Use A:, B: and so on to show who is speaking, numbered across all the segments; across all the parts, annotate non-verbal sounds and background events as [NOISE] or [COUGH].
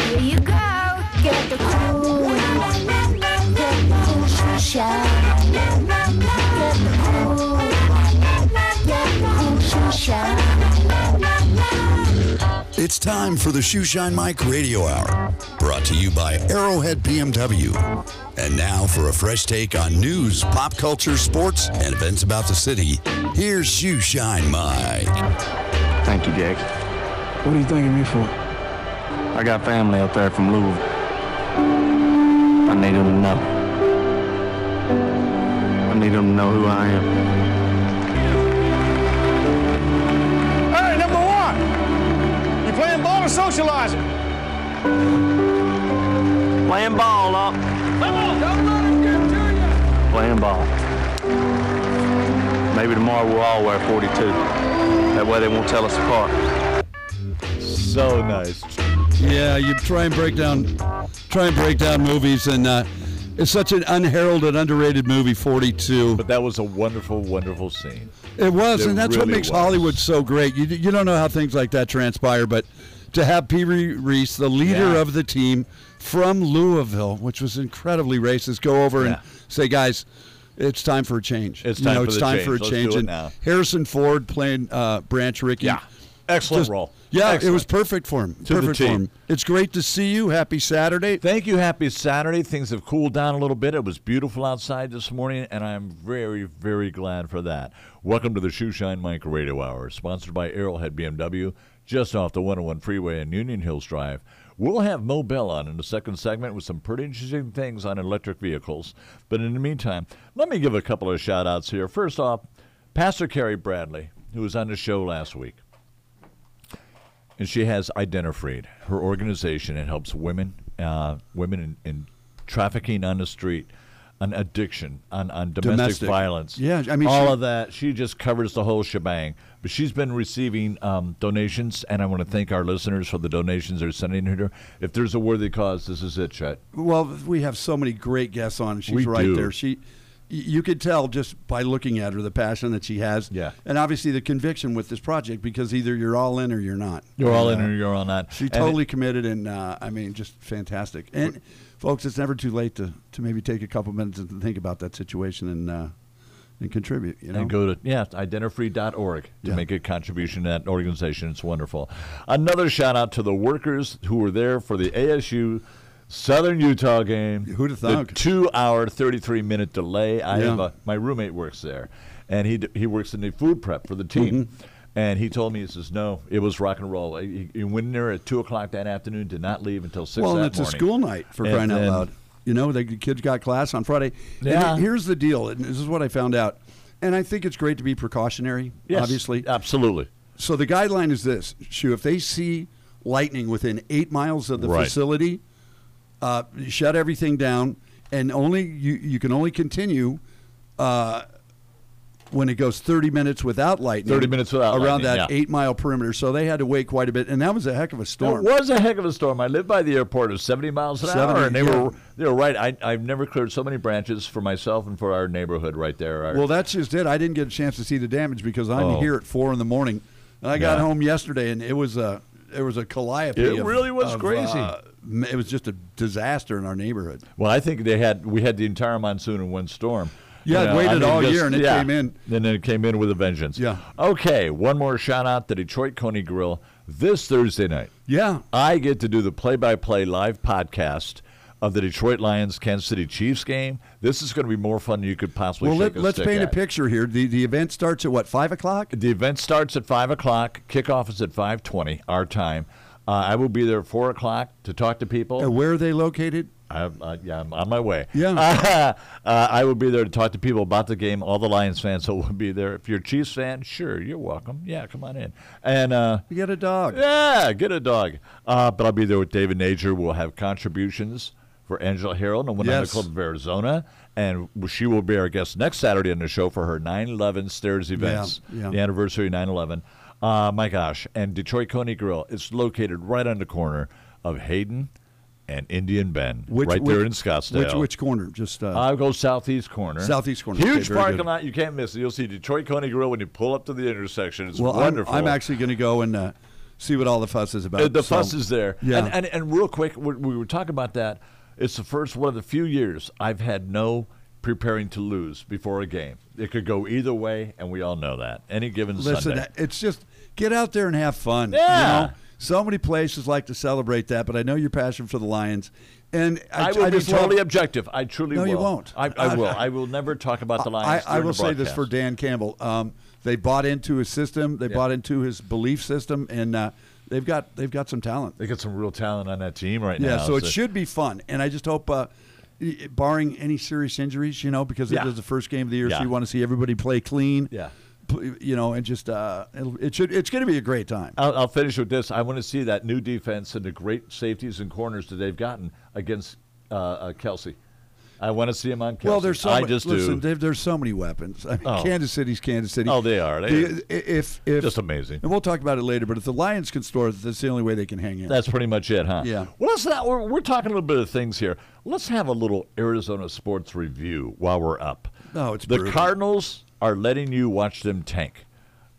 A: Here you go. Get the cool. Get the cool shot. Get the cool. Get the cool shot.
B: It's time for the Shoeshine Mike Radio Hour, brought to you by Arrowhead BMW. And now for a fresh take on news, pop culture, sports, and events about the city, here's Shoeshine Mike.
C: Thank you, Jack.
D: What are you thanking me for?
C: I got family up there from Louisville. I need them to know. I need them to know who I am.
E: Hey, number one, you playing ball or socializing?
C: Playing ball up. Playing ball. Maybe tomorrow we'll all wear 42. That way they won't tell us apart.
F: So nice.
G: Yeah, you try and break down, try and break down movies, and uh, it's such an unheralded, underrated movie. Forty-two.
F: But that was a wonderful, wonderful scene.
G: It was,
F: It
G: and that's what
F: really
G: makes
F: was.
G: Hollywood so great. You, you don't know how things like that transpire, but to have Pee Wee Reese, the leader
F: Yeah.
G: of the team from Louisville, which was incredibly racist, go over and
F: Yeah.
G: say, guys, it's time for a change.
F: It's
G: You
F: time
G: know,
F: for
G: it's
F: the
G: time
F: change.
G: for a
F: Let's
G: change.
F: do it
G: and
F: now.
G: Harrison Ford playing uh, Branch Rickey.
F: Excellent
G: Just-
F: role.
G: Yeah, it
F: Excellent.
G: was perfect for him.
F: To the
G: perfect for
F: T.
G: him. It's great to see you. Happy Saturday.
F: Thank you. Happy Saturday. Things have cooled down a little bit. It was beautiful outside this morning, and I'm very, very glad for that. Welcome to the Shoeshine Mike Radio Hour, sponsored by Arrowhead BMW, just off the 101 freeway and Union Hills Drive. We'll have Mo Bell on in the second segment with some pretty interesting things on electric vehicles. But in the meantime, let me give a couple of shout outs here. First off, Pastor Carrie Bradley, who was on the show last week. and she has Identifried, her organization that helps women, uh, women in, in trafficking on the street, on addiction, on, on domestic,
G: Domestic.
F: violence.
G: Yeah, I mean,
F: all
G: she-
F: of that. She just covers the whole shebang. But she's been receiving um, donations, and I want to thank our listeners for the donations they're sending her. If there's a worthy cause, this is it, Chet.
G: Well, we have so many great guests on. She's
F: We
G: right
F: do.
G: there. She, y- you could tell just by looking at her the passion that she has.
F: Yeah.
G: And obviously the conviction with this project because either you're all in or you're not.
F: You're all in
G: And, uh,
F: or you're all not.
G: She
F: And-
G: totally committed, and uh, I mean, just fantastic. And folks, it's never too late to, to maybe take a couple minutes and think about that situation and uh, and contribute. You know,
F: and go to yeah identifree.org to
G: Yeah.
F: make a contribution to that organization it's wonderful another shout out to the workers who were there for the asu southern utah game
G: Who'da
F: the
G: thunk?
F: two hour 33 minute delay i
G: Yeah.
F: have a, my roommate works there and he d- he works in the food prep for the team
G: Mm-hmm.
F: And he told me, he says, no, it was rock and roll. He, he went in there at 2 o'clock that afternoon, did not leave until 6
G: Well,
F: that
G: and it's
F: morning.
G: a school night for
F: And
G: crying
F: then-
G: out loud. You know, the kids got class on Friday. And
F: Yeah.
G: he- here's the deal, and this is what I found out. And I think it's great to be precautionary,
F: Yes,
G: obviously.
F: Absolutely.
G: So the guideline is this: Shu, if they see lightning within eight miles of the
F: Right.
G: facility, uh, shut everything down, and only you, you can only continue uh, when it goes thirty minutes without lightning.
F: 30 minutes without
G: around
F: lightning,
G: that
F: yeah.
G: eight mile perimeter. So they had to wait quite a bit, and that was a heck of a storm.
F: It was a heck of a storm. I lived by the airport. It was 70 miles an
G: 70,
F: hour, and they
G: yeah.
F: were they were right. I, I've never cleared so many branches for myself and for our neighborhood right there. Our-
G: Well, that's just it. I didn't get a chance to see the damage because I'm
F: Oh.
G: here at four in the morning, and I got
F: Yeah.
G: home yesterday, and it was a it was a calliope.
F: It
G: of-
F: really was
G: of,
F: crazy.
G: uh, it was just a disaster in our neighborhood.
F: well, I think they had we had the entire monsoon in one storm.
G: Yeah, it waited all year, and it
F: yeah.
G: came in.
F: And then it came in with a vengeance.
G: Yeah.
F: Okay, one more shout out to Detroit Coney Grill this Thursday night.
G: Yeah,
F: I get to do the play by play live podcast of the Detroit Lions Kansas City Chiefs game. This is going to be more fun than you could possibly
G: Well,
F: shake
G: let,
F: a
G: let's
F: stick
G: paint a
F: at.
G: picture here. The the event starts at what five o'clock?
F: The event starts at five o'clock. Kickoff is at five twenty our time. Uh, I will be there at four o'clock to talk to
G: Uh,
F: people.
G: where are they located?
F: I, uh, yeah, I'm on my way.
G: Yeah.
F: [LAUGHS] Uh, I will be there to talk to people about the game. All the Lions fans will be there. If you're a Chiefs fan, sure, you're welcome. Yeah, come on in. And uh,
G: You got a dog.
F: yeah, get a dog. Uh, but I'll be there with David Nager. We'll have contributions for Angela Harold and the
G: Yes.
F: Club of Arizona. And she will be our guest next Saturday on the show for her 9 11 Stairs events,
G: yeah.
F: the anniversary of 9 11. Uh, my gosh. And Detroit Coney Grill. It's located right on the corner of Hayden and Indian Bend, right there in Scottsdale. Ah,
G: Which which corner? Just uh,
F: I'll go southeast corner.
G: Southeast corner. Okay,
F: Huge
G: very
F: parking
G: good.
F: lot. You can't miss it. You'll see Detroit Coney Grill when you pull up to the intersection. It's
G: well, I'm-
F: wonderful.
G: I'm, actually going to go and uh, see what all the fuss is about.
F: Uh, the
G: So-
F: fuss is there.
G: Yeah.
F: And, and, and real quick, we, we were talking about that. It's the first one of the few years I've had no preparing to lose before a game. It could go either way, and we all know that. Any given
G: Listen,
F: Sunday.
G: it's just get out there and have fun. you
F: Yeah.
G: know? So many places like to celebrate that, but I know your passion for the Lions, and I,
F: I will be
G: just love-
F: totally objective. I truly
G: No,
F: will.
G: you won't.
F: I, I will. I will never talk about the
G: I,
F: Lions.
G: I
F: during
G: will
F: the
G: say this
F: broadcast.
G: for Dan Campbell: um, they bought into his system, they bought into his belief system, and uh, they've got they've got some talent.
F: They got some real talent on that team right
G: Yeah,
F: now.
G: so it should be fun, and I just hope, uh, i- barring any serious injuries, you know, because
F: Yeah.
G: it is the first game of the year,
F: Yeah.
G: so you want to see everybody play clean.
F: Yeah.
G: pl- you know, and just uh, it'll- it should it's going to be a great time.
F: I'll, I'll finish with this. I want to see that new defense and the great safeties and corners that they've gotten against uh, uh, Kelsey. I want to see him on Kelsey.
G: Well, there's so
F: I
G: ma-
F: just
G: listen,
F: do.
G: there- there's so many weapons. I mean,
F: Oh.
G: Kansas City's Kansas City.
F: Oh, they are. They
G: The- if if
F: Just amazing.
G: And we'll talk about it later. But if the Lions can score, that's the only way they can hang in.
F: That's pretty much it, huh?
G: Yeah.
F: Well, let's not, we're, we're talking a little bit of things here. Let's have a little Arizona sports review while we're up.
G: No, it's
F: the
G: brutal.
F: Cardinals are letting you watch them tank.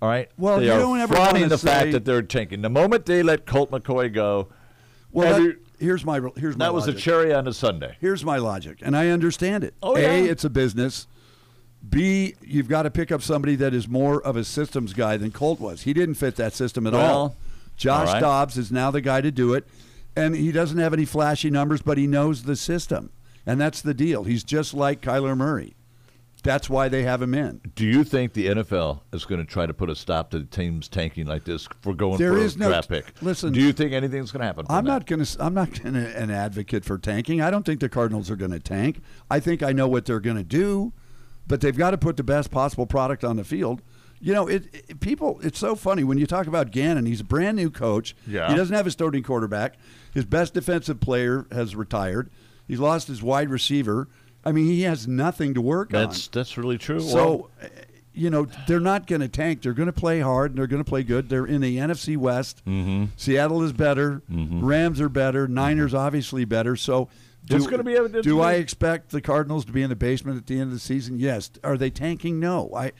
F: All right.
G: Well,
F: they
G: you
F: are
G: don't ever
F: flaunting
G: wanna
F: the fact
G: say-
F: that they're tanking. The moment they let Colt McCoy go,
G: well,
F: every-
G: that, here's my here's my
F: that was the
G: logic.
F: cherry on a Sunday.
G: Here's my logic, and I understand it.
F: Oh,
G: a,
F: yeah.
G: it's a business. B, you've got to pick up somebody that is more of a systems guy than Colt was. He didn't fit that system at
F: Well,
G: all. Josh
F: all right.
G: Dobbs is now the guy to do it, and he doesn't have any flashy numbers, but he knows the system, and that's the deal. He's just like Kyler Murray. That's why they have him in.
F: Do you think the NFL is going to try to put a stop to the teams tanking like this for going
G: There
F: for
G: is
F: a
G: no-
F: draft pick?
G: listen-
F: do you think anything's going to happen? from
G: I'm
F: that?
G: not going to. I'm not [LAUGHS] going to an advocate for tanking. I don't think the Cardinals are going to tank. I think I know what they're going to do, but they've got to put the best possible product on the field. You know, it, it- people. It's so funny when you talk about Gannon. He's a brand new coach.
F: Yeah.
G: He doesn't have a starting quarterback. His best defensive player has retired. He's lost his wide receiver. I mean, he has nothing to work on.
F: That's that's really true. Well,
G: So, uh, you know, they're not going to tank. They're going to play hard and they're going to play good. They're in the NFC West. Mm-hmm. Seattle is better.
F: Mm-hmm.
G: Rams are better. Niners obviously better. So, do,
F: It's Mm-hmm. gonna be a-
G: do I expect the Cardinals to be in the basement at the end of the season? Yes. Are they tanking? No. I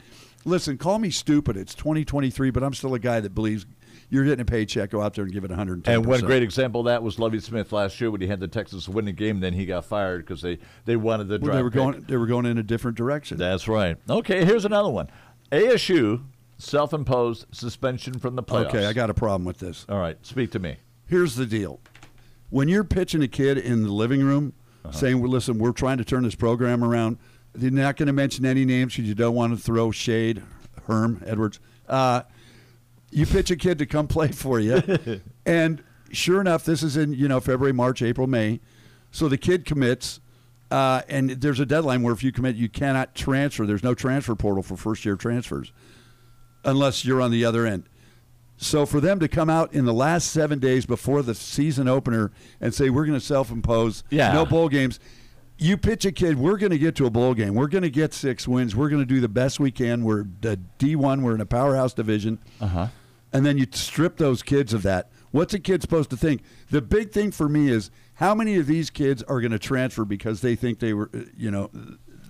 G: listen. Call me stupid. It's 2023, but I'm still a guy that believes you're getting a paycheck. Go out there and give it 110.
F: And one great example of that was Lovey Smith last year when he had the Texans win the game. Then he got fired because they, they wanted the
G: Well,
F: draft
G: they were
F: pick.
G: going. They were going in a different direction.
F: That's right. Okay, here's another one. ASU self-imposed suspension from the playoffs.
G: okay, I got a problem with this.
F: All right, speak to me.
G: here's the deal when you're pitching a kid in the living room saying well, listen we're trying to turn this program around they're not going to mention any names because you don't want to throw shade herm edwards uh, you pitch a kid to come play for you and sure enough this is in you know february march april may so the kid commits uh, and there's a deadline where if you commit you cannot transfer there's no transfer portal for first year transfers unless you're on the other end so for them to come out in the last seven days before the season opener and say we're going to self-impose
F: Yeah.
G: no bowl games, you pitch a kid, we're going to get to a bowl game, we're going to get six wins, we're going to do the best we can. We're the D1, we're in a powerhouse division, uh-huh. and then you strip those kids of that. What's a kid supposed to think? The big thing for me is how many of these kids are going to transfer because they think they were, uh, you know,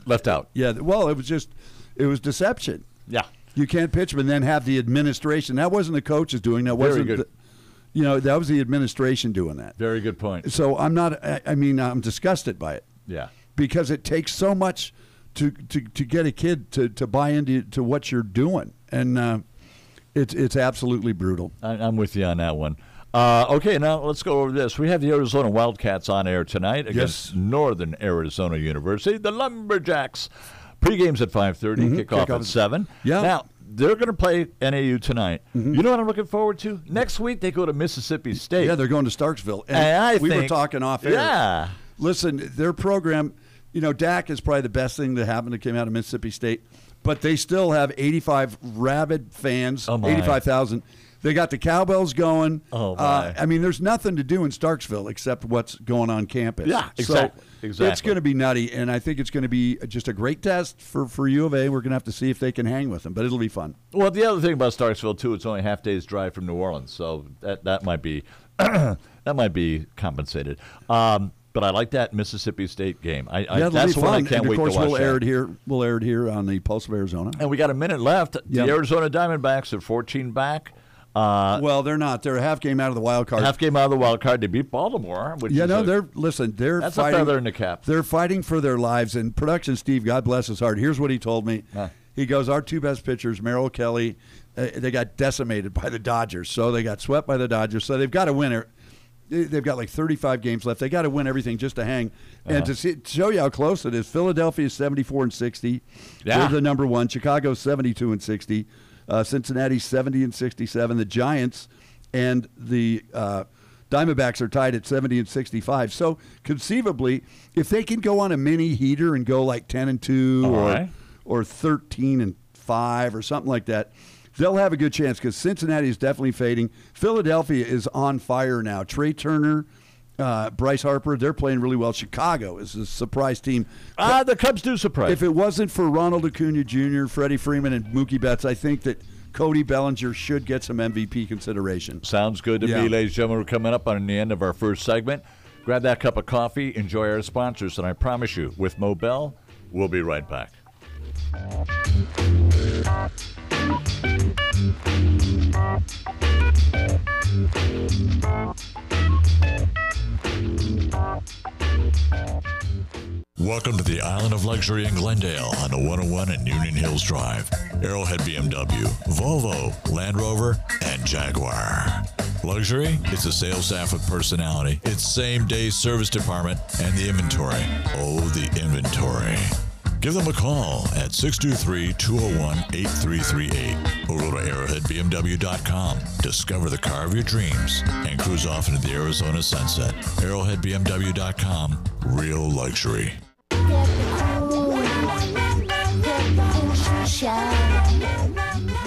F: Left out.
G: yeah. Well, it was just, it was deception.
F: Yeah.
G: You can't pitch them and then have the administration. That wasn't the coaches doing. That
F: Very
G: wasn't.
F: good.
G: The, you know, that was the administration doing that.
F: Very good point.
G: So I'm not. I, I mean, I'm disgusted by it
F: Yeah.
G: because it takes so much to to, to get a kid to, to buy into to what you're doing, and uh, it's it's absolutely brutal.
F: I, I'm with you on that one. Uh, okay, now let's go over this. We have the Arizona Wildcats on air tonight against
G: Yes.
F: Northern Arizona University, the Lumberjacks. Pre-game's at 5.30, kickoff,
G: Mm-hmm. Kickoff
F: at
G: at-
F: 7.
G: Yeah. Mm-hmm.
F: Now, they're going to play NAU tonight. You know what I'm looking forward to? Next week, they go to Mississippi State.
G: Yeah, they're going to Starksville, and,
F: And I
G: we were
F: think-
G: talking off air.
F: Yeah.
G: listen, their program, you know, Dak is probably the best thing that happened that came out of Mississippi State, but they still have 85 rabid fans,
F: Oh, my.
G: 85,000. They got the cowbells going.
F: Oh,
G: Uh,
F: my.
G: I mean, there's nothing to do in Starksville except what's going on campus.
F: Yeah, exactly,
G: So It's
F: exactly.
G: going to be nutty, and I think it's going to be just a great test for, for U of A. We're going to have to see if they can hang with them, but it'll be fun.
F: Well, the other thing about Starksville too, it's only a half day's drive from New Orleans, so that that might be [CLEARS THROAT] that might be compensated. Um, but I like that Mississippi State game. I, I
G: yeah, it'll
F: that's
G: be
F: one
G: fun.
F: I can't
G: and
F: wait
G: of course,
F: to watch.
G: we'll
F: that.
G: air it here. We'll air it here on the Pulse of Arizona.
F: And we got a minute left. The
G: Yeah.
F: Arizona Diamondbacks are 14 back. Uh,
G: well, they're not. They're a half game out of the wild card.
F: half game out of the wild card. They beat Baltimore. Which
G: yeah,
F: is
G: no,
F: a-
G: they're listen. They're
F: That's a
G: fighting,
F: feather in the cap.
G: They're fighting for their lives. And production, Steve, God bless his heart. Here's what he told me.
F: Huh.
G: He goes, our two best pitchers, Merrill Kelly, uh, they got decimated by the Dodgers. So they got swept by the Dodgers. So they've got to win it. They- They've got like 35 games left. They got to win everything just to hang.
F: Uh-huh.
G: And to see, to show you how close it is, Philadelphia is 74 and 60.
F: Yeah.
G: They're the number one. Chicago 72 and 60. Uh, Cincinnati 70 and 67. The Giants and the uh, Diamondbacks are tied at 70 and 65. So conceivably, if they can go on a mini heater and go like 10 and 2
F: All
G: or,
F: right.
G: or 13 and 5 or something like that, they'll have a good chance because Cincinnati is definitely fading. Philadelphia is on fire now. Trey Turner. Uh, Bryce Harper, they're playing really well. Chicago is a surprise team.
F: Ah, the Cubs do surprise.
G: If it wasn't for Ronald Acuna Jr., Freddie Freeman, and Mookie Betts, I think that Cody Bellinger should get some MVP consideration.
F: Sounds good to
G: Yeah.
F: me, ladies and gentlemen. We're coming up on the end of our first segment. Grab that cup of coffee, enjoy our sponsors, and I promise you, with Mobel, we'll be right back.
H: Welcome to the Island of Luxury in Glendale on the 101 and Union Hills Drive. Arrowhead BMW, Volvo, Land Rover, and Jaguar. Luxury? It's a sales staff with personality. It's same day service department and the inventory. Oh, the inventory. Give them a call at 623 201 8338 or go to arrowheadbmw.com. Discover the car of your dreams and cruise off into the Arizona sunset. Arrowheadbmw.com. Real luxury.
A: Get the cool, get the cool sunshine. Get the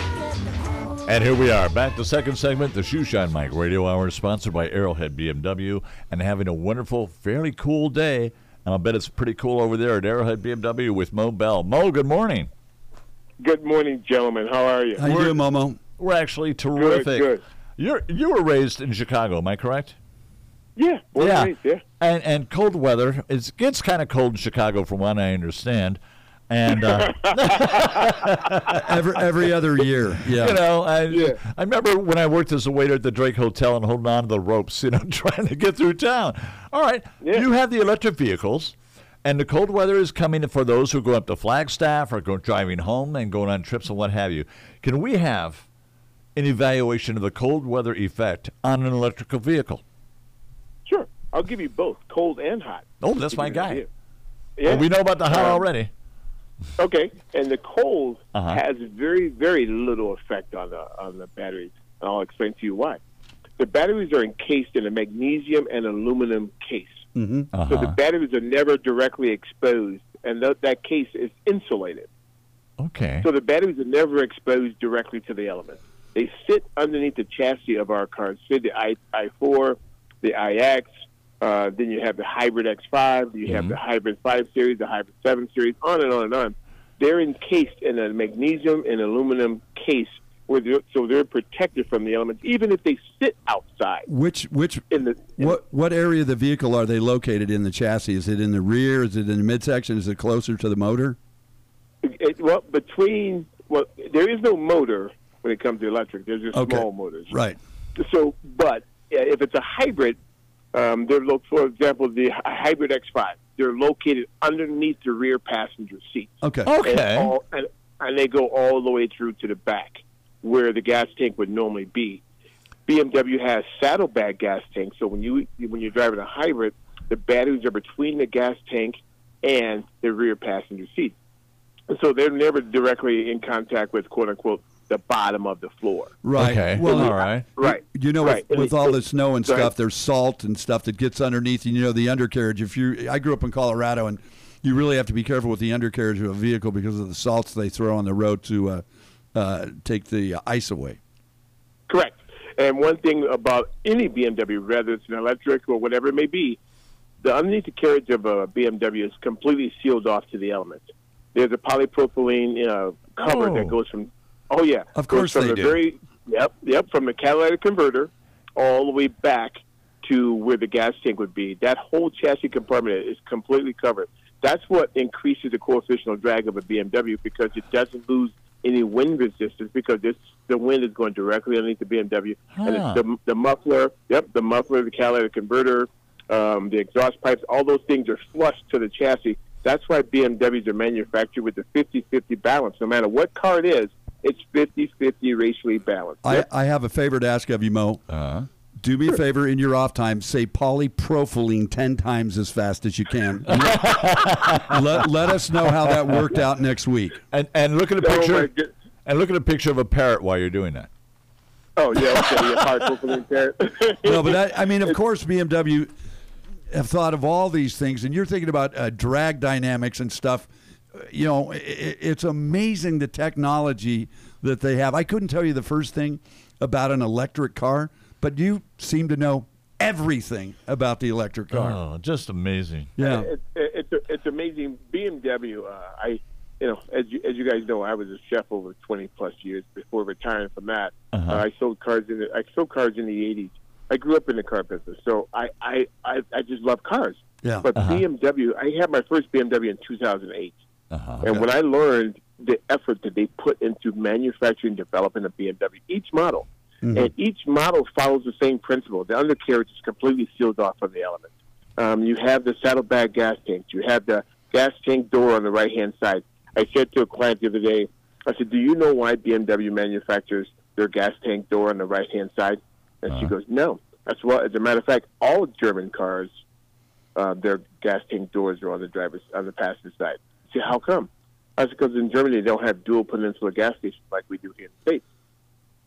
A: cool.
F: And here we are, back to second segment, the Shoe Shine Mike Radio Hour, sponsored by Arrowhead BMW, and having a wonderful, fairly cool day. And I'll bet it's pretty cool over there at Arrowhead BMW with Mo Bell. Mo, good morning.
I: Good morning, gentlemen. How are you?
G: How you doing, Momo?
F: We're actually terrific.
I: good.
F: You're you were raised in Chicago, am I correct?
I: Yeah, born and raised, yeah.
F: And and cold weather. It gets kind of cold in Chicago, from what I understand. And
I: [LAUGHS]
F: uh,
G: Every every other year, [LAUGHS] yeah.
F: you know, I
I: Yeah.
F: I remember when I worked as a waiter at the Drake Hotel and holding on to the ropes, [LAUGHS] you know, trying to get through town. All right,
I: Yeah.
F: you have the electric vehicles, and the cold weather is coming for those who go up to Flagstaff or go driving home and going on trips and what have you. Can we have an evaluation of the cold weather effect on an electrical vehicle?
I: Sure. I'll give you both, cold and hot.
F: Oh, that's my
I: Give you an
F: guy.
I: idea. Yeah.
F: Well, we know about the hot
I: Um,
F: already.
I: Okay, and the cold
F: Uh-huh.
I: has very, very little effect on the on the batteries, and I'll explain to you why. The batteries are encased in a magnesium and aluminum case, mm-hmm. so
F: Uh-huh.
I: the batteries are never directly exposed, and that that case is insulated.
F: Okay.
I: So the batteries are never exposed directly to the elements. They sit underneath the chassis of our cars. Say the I I four, the IX. Uh, then you have the hybrid X5. You have the
G: Mhm.
I: hybrid five series, the hybrid seven series, on and on and on. They're encased in a magnesium and aluminum case, where they're, so they're protected from the elements, even if they sit outside.
G: Which which
I: In the- in-
G: what what area of the vehicle are they located in the chassis? Is it in the rear? Is it in the midsection? Is it closer to the motor?
I: It, well, between well, there is no motor when it comes to electric. There's just
G: Okay.
I: small motors,
G: Right.
I: So, but yeah, if it's a hybrid, um, they're lo- for example the hy- hybrid X5. They're located underneath the rear passenger seat,
G: Okay.
F: okay.
I: and, all, and, and they go all the way through to the back, where the gas tank would normally be. BMW has saddlebag gas tanks, so when you when you're driving a hybrid, the batteries are between the gas tank and the rear passenger seat, and so they're never directly in contact with quote unquote the bottom of the floor.
G: Right.
F: Okay.
G: Well,
F: all right.
I: Right.
G: You know,
I: right.
G: with, with all the snow and
I: Sorry.
G: stuff, there's salt and stuff that gets underneath, and you know the undercarriage. If you, I grew up in Colorado, and you really have to be careful with the undercarriage of a vehicle because of the salts they throw on the road to uh, uh, take the ice away.
I: Correct. And one thing about any BMW, whether it's an electric or whatever it may be, the underneath the carriage of a BMW is completely sealed off to the elements. There's a polypropylene uh, cover
F: Oh.
I: that goes from, oh yeah,
G: Of
I: goes
G: course
I: from
G: they
I: the
G: do.
I: Very, yep, yep, from the catalytic converter all the way back to where the gas tank would be. That whole chassis compartment is completely covered. That's what increases the coefficient of drag of a BMW because it doesn't lose any wind resistance because it's, the wind is going directly underneath the BMW, and
F: Huh.
I: it's the, the muffler. Yep, the muffler, the catalytic converter, um, the exhaust pipes. All those things are flush to the chassis. That's why BMWs are manufactured with the 50-50 balance. No matter what car it is, it's 50-50 racially balanced.
G: I, I have a favor to ask of you, Mo. Uh-huh. Do me a favor in your off time. Say polypropylene 10 times as fast as you can. let, let us know how that worked out next week.
F: And and look at a
I: Oh, my
F: picture.
I: good-
F: and look at a picture of a parrot while you're doing that.
I: Oh yeah, okay, yeah, hard fulfilling parent.
G: [LAUGHS] No, but I, I mean, of course, BMW have thought of all these things, and you're thinking about uh, drag dynamics and stuff. You know, i i- it's amazing the technology that they have. I couldn't tell you the first thing about an electric car, but you seem to know everything about the electric car.
F: Oh, just amazing.
G: Yeah.
I: Uh, It- it- it's it's amazing. BMW. Uh, I you know as you, as you guys know, I was a chef over twenty plus years before retiring from that. uh I sold cars in the, I sold cars in the eighties. I grew up in the car business, so I I I, I just love cars.
G: Yeah.
I: But BMW, I had my first BMW in two thousand eight. And when I learned the effort that they put into manufacturing, development of BMW, each model, and each model follows the same principle. The undercarriage is completely sealed off from the elements. Um, you have the saddlebag gas tanks. You have the gas tank door on the right hand side. I said to a client the other day, I said, "Do you know why BMW manufactures their gas tank door on the right hand side?" And she goes, "No." That's well. As a matter of fact, all German cars uh, their gas tank doors are on the driver's on the passenger side. See, how come? That's because in Germany they don't have dual peninsula gas stations like we do here in the states.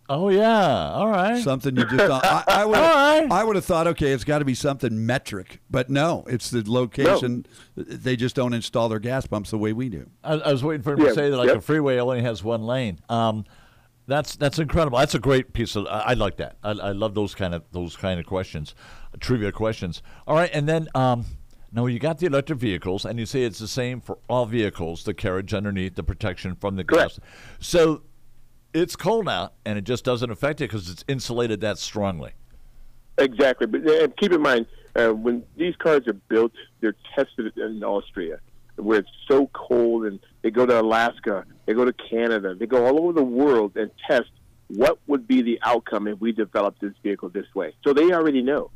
F: Oh yeah. All right.
G: Something you just thought. I, I would.
F: All right.
G: I would have thought, okay, it's got to be something metric, but no, it's the location. They just don't install their gas pumps the way we do.
F: I, I was waiting for him
I: Yeah,
F: to say that like
I: yep.
F: a freeway only has one lane. Um, that's that's incredible. That's a great piece of. I, I like that. I, I love those kind of those kind of questions, trivia questions. All right, and then um, now you got the electric vehicles, and you say it's the same for all vehicles. The carriage underneath, the protection from the gas.
I: Correct.
F: So it's cold out, and it just doesn't affect it because it's insulated that strongly.
I: Exactly, but and keep in mind uh, when these cars are built, they're tested in Austria, where it's so cold, and they go to Alaska, they go to Canada, they go all over the world and test what would be the outcome if we developed this vehicle this way. So they already know.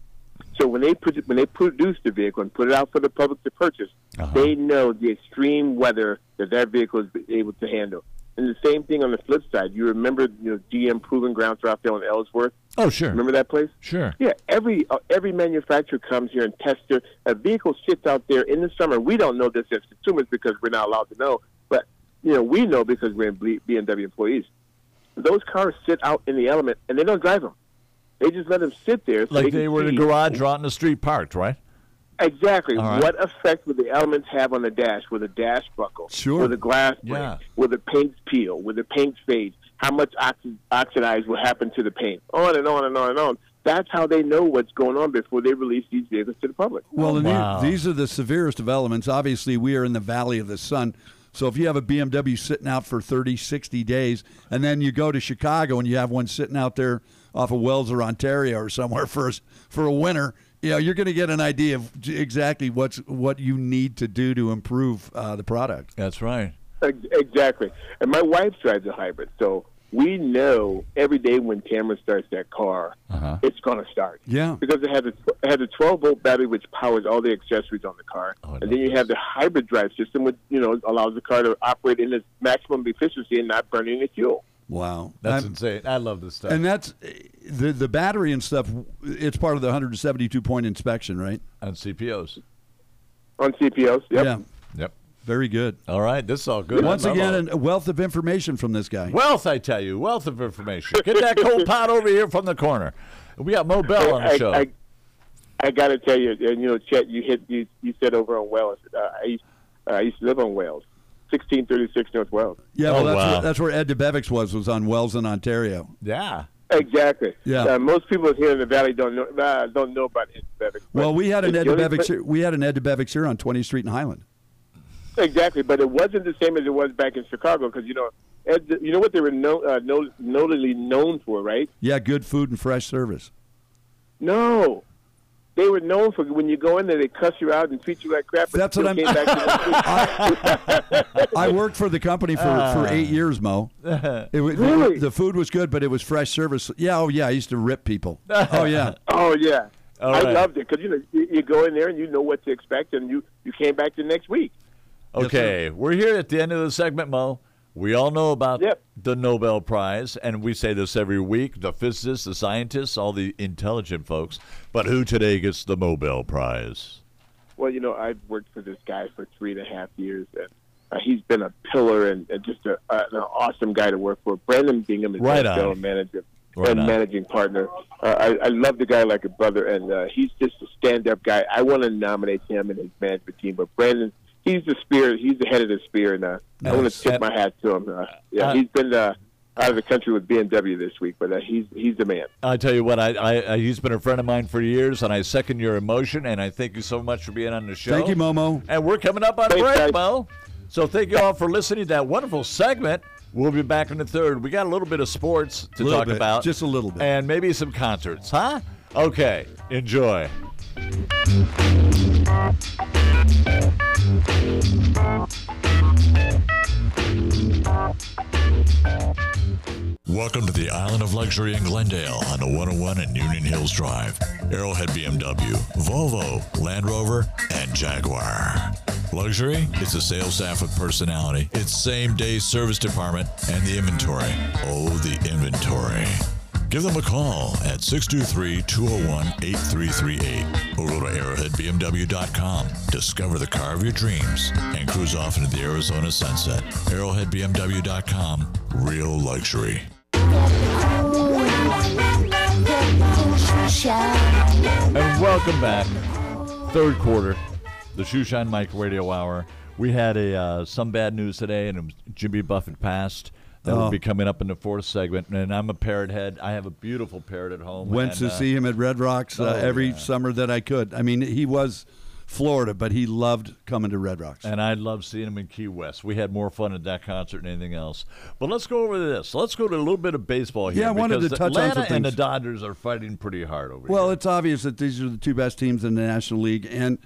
I: So when they put when they produce the vehicle and put it out for the public to purchase, they know the extreme weather that that vehicle is able to handle. And the same thing on the flip side. You remember, you know, GM Proving Grounds out there in Ellsworth.
F: Oh sure,
I: Remember that place?
F: sure.
I: Yeah, every uh, every manufacturer comes here and tests their a vehicle sits out there in the summer. We don't know this as consumers because we're not allowed to know, but you know we know because we're B- BMW employees. Those cars sit out in the element and they don't drive them. They just let them sit there. So
F: Like
I: can
F: they were in a
I: see
F: garage or out in the street parked, right?
I: Exactly.
F: All right.
I: What effect would the elements have on the dash? Will the dash buckle?
G: Sure.
I: Will the glass break?
F: Yeah.
I: Will the paints peel? Will the paints fade? How much oxi- oxidized will happen to the paint? On and on and on and on. That's how they know what's going on before they release these vehicles to the public.
G: Well, and the-
F: Oh, Wow.
G: these are the severest of elements. Obviously, we are in the valley of the sun. So if you have a BMW sitting out for 30, 60 days, and then you go to Chicago and you have one sitting out there off of Wells or Ontario or somewhere for a, s- for a winter, you know, you're going to get an idea of j- exactly what's what you need to do to improve uh, the product.
F: That's right.
I: Ex- Exactly. And my wife drives a hybrid, so we know every day when Cameron starts that car,
F: Uh-huh.
I: it's going to start.
G: Yeah.
I: Because it has a tw- it has a 12 volt battery which powers all the accessories on the car,
F: I
I: and
F: love
I: then you have the hybrid drive system, which you know allows the car to operate in its maximum efficiency and not burning any fuel.
G: Wow.
F: That's
G: I'm-
F: insane. I love this stuff.
G: and that's eh, the the battery and stuff. It's part of the 172 point inspection, right?
F: and CPOs.
I: On CPOs, yep.
G: Yeah.
F: Yep.
G: Very good.
F: All right, this is all good.
G: Once
F: I love all
G: again,
F: this.
G: a wealth of information from this guy.
F: wealth, I tell you, wealth of information. Get that cold pot over here from the corner. We got Mo Bell on the
I: I-
F: show.
I: I, I got to tell you, and you know, Chet, you hit you, you said over on Wales. Uh, I used, uh, I used to live on Wales, 1636 North Wales.
G: Yeah,
F: Oh,
G: well, that's,
F: wow.
G: where, that's where Ed DeBevics was, was on Wells in Ontario.
F: yeah.
I: Exactly.
G: Yeah.
I: Uh, most people here in the valley don't know uh, don't know about it. Bevick, but
G: Well, we had an
I: it's
G: Ed
I: the only
G: DeBevics
I: pla-
G: here, we had an Ed DeBevics here on 20th Street in Highland.
I: Exactly, but it wasn't the same as it was back in Chicago because you know, Ed, you know what they were no, uh, no, notably known for, right?
G: Yeah, good food and fresh service.
I: No, They were known for when you go in there, they cuss you out and treat you like crap. but
G: That's
I: you
G: what
I: still
G: I'm- [LAUGHS]
I: came back to the-
G: I worked for the company for,
F: Ah.
G: for eight years, Mo. It was,
I: Really?
G: The food was good, but it was fresh service. Yeah, oh yeah, I used to rip people. Oh
F: [LAUGHS]
G: yeah,
I: Oh yeah,
F: All
I: I
F: right.
I: loved it because you know you, you go in there and you know what to expect, and you you came back the next week.
F: Okay, we're here at the end of the segment, Mo. We all know about
I: Yep.
F: the Nobel Prize, and we say this every week the physicists, the scientists, all the intelligent folks. But who today gets the Nobel Prize?
I: Well, you know, I've worked for this guy for three and a half years, and uh, he's been a pillar and, and just a, uh, an awesome guy to work for. Brandon Bingham is
F: Right
I: the
F: on.
I: general manager
F: Right
I: and
F: on.
I: managing partner. Uh, I, I love the guy like a brother, and uh, he's just a stand-up guy. I want to nominate him and his management team, but Brandon, he's the spear. He's the head of the spear, and uh, I want
F: Nice.
I: to tip
F: And-
I: my hat to him. Uh, yeah,
F: Uh,
I: he's been uh, out of the country with BMW this week, but uh, he's he's the man.
F: I tell you what, I, I, I he's been a friend of mine for years, and I second your emotion, and I thank you so much for being on the show.
G: Thank you, Momo.
F: And we're coming up on
I: Thanks,
F: break,
I: guys.
F: Mo. So thank you all for listening to that wonderful segment. We'll be back in the third. We got a little bit of sports to
G: Little
F: talk
G: bit,
F: about,
G: just a little bit.
F: and maybe some concerts, huh? Okay, enjoy.
H: Welcome to the Island of Luxury in Glendale on the 101 and Union Hills Drive. Arrowhead BMW, Volvo, Land Rover, and Jaguar. Luxury? It's a sales staff with personality. It's same day service department and the inventory. Oh, the inventory. Give them a call at 623 201 8338 or go to arrowheadbmw.com. Discover the car of your dreams and cruise off into the Arizona sunset. Arrowheadbmw.com. Real luxury.
F: And welcome back. Third quarter, the Shoeshine Mike Radio Hour. We had a uh, some bad news today, and it was Jimmy Buffett passed. That
G: Oh.
F: will be coming up in the fourth segment. And I'm a parrot head. I have a beautiful parrot at home.
G: went
F: and,
G: to
F: uh,
G: see him at Red Rocks uh,
F: oh,
G: every
F: yeah.
G: summer that I could. I mean, he was Florida, but he loved coming to Red Rocks.
F: And I love seeing him in Key West. We had more fun at that concert than anything else. But let's go over this. Let's go to a little bit of baseball here.
G: Yeah, I wanted
F: because
G: to touch on some
F: Atlanta and the
G: things.
F: Dodgers are fighting pretty hard over
G: Well,
F: here.
G: it's obvious that these are the two best teams in the National League, and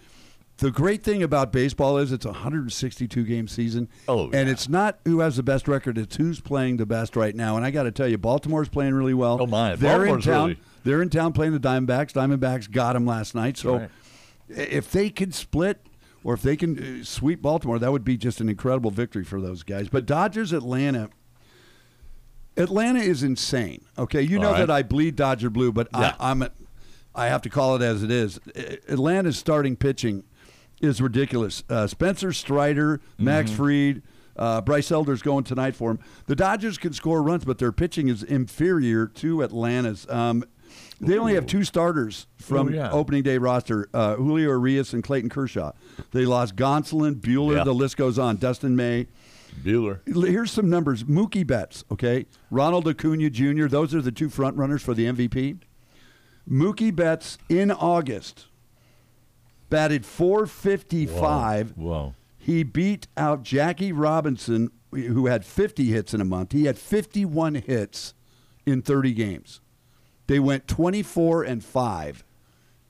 G: the great thing about baseball is it's a 162 game season.
F: Oh,
G: and
F: yeah.
G: it's not who has the best record; it's who's playing the best right now. And I got to tell you, Baltimore's playing really well.
F: Oh, my.
G: They're
F: Baltimore's
G: in town.
F: really-
G: They're in town playing the Diamondbacks. Diamondbacks got them last night. So,
F: Right.
G: i- if they can split. Or if they can uh, sweep Baltimore, that would be just an incredible victory for those guys. But Dodgers, Atlanta, Atlanta is insane. Okay, you
F: All
G: know
F: right.
G: that I bleed Dodger blue, but
F: Yeah.
G: I, I'm, a, I have to call it as it is. A- Atlanta's starting pitching is ridiculous. Uh, Spencer Strider,
F: Mm-hmm.
G: Max Fried, uh, Bryce Elder's going tonight for him. The Dodgers can score runs, but their pitching is inferior to Atlanta's. Um, they only have two starters from
F: Ooh, Oh, yeah.
G: opening day roster: uh, Julio Arias and Clayton Kershaw. They lost Gonsolin, Bueller.
F: Yeah.
G: The list goes on. Dustin May.
F: Bueller.
G: Here's some numbers. Mookie Betts, okay? Ronald Acuna Jr., those are the two front runners for the MVP. Mookie Betts in August batted 455.
F: Whoa.
G: He beat out Jackie Robinson, who had 50 hits in a month. He had 51 hits in 30 games. They went 24 and 5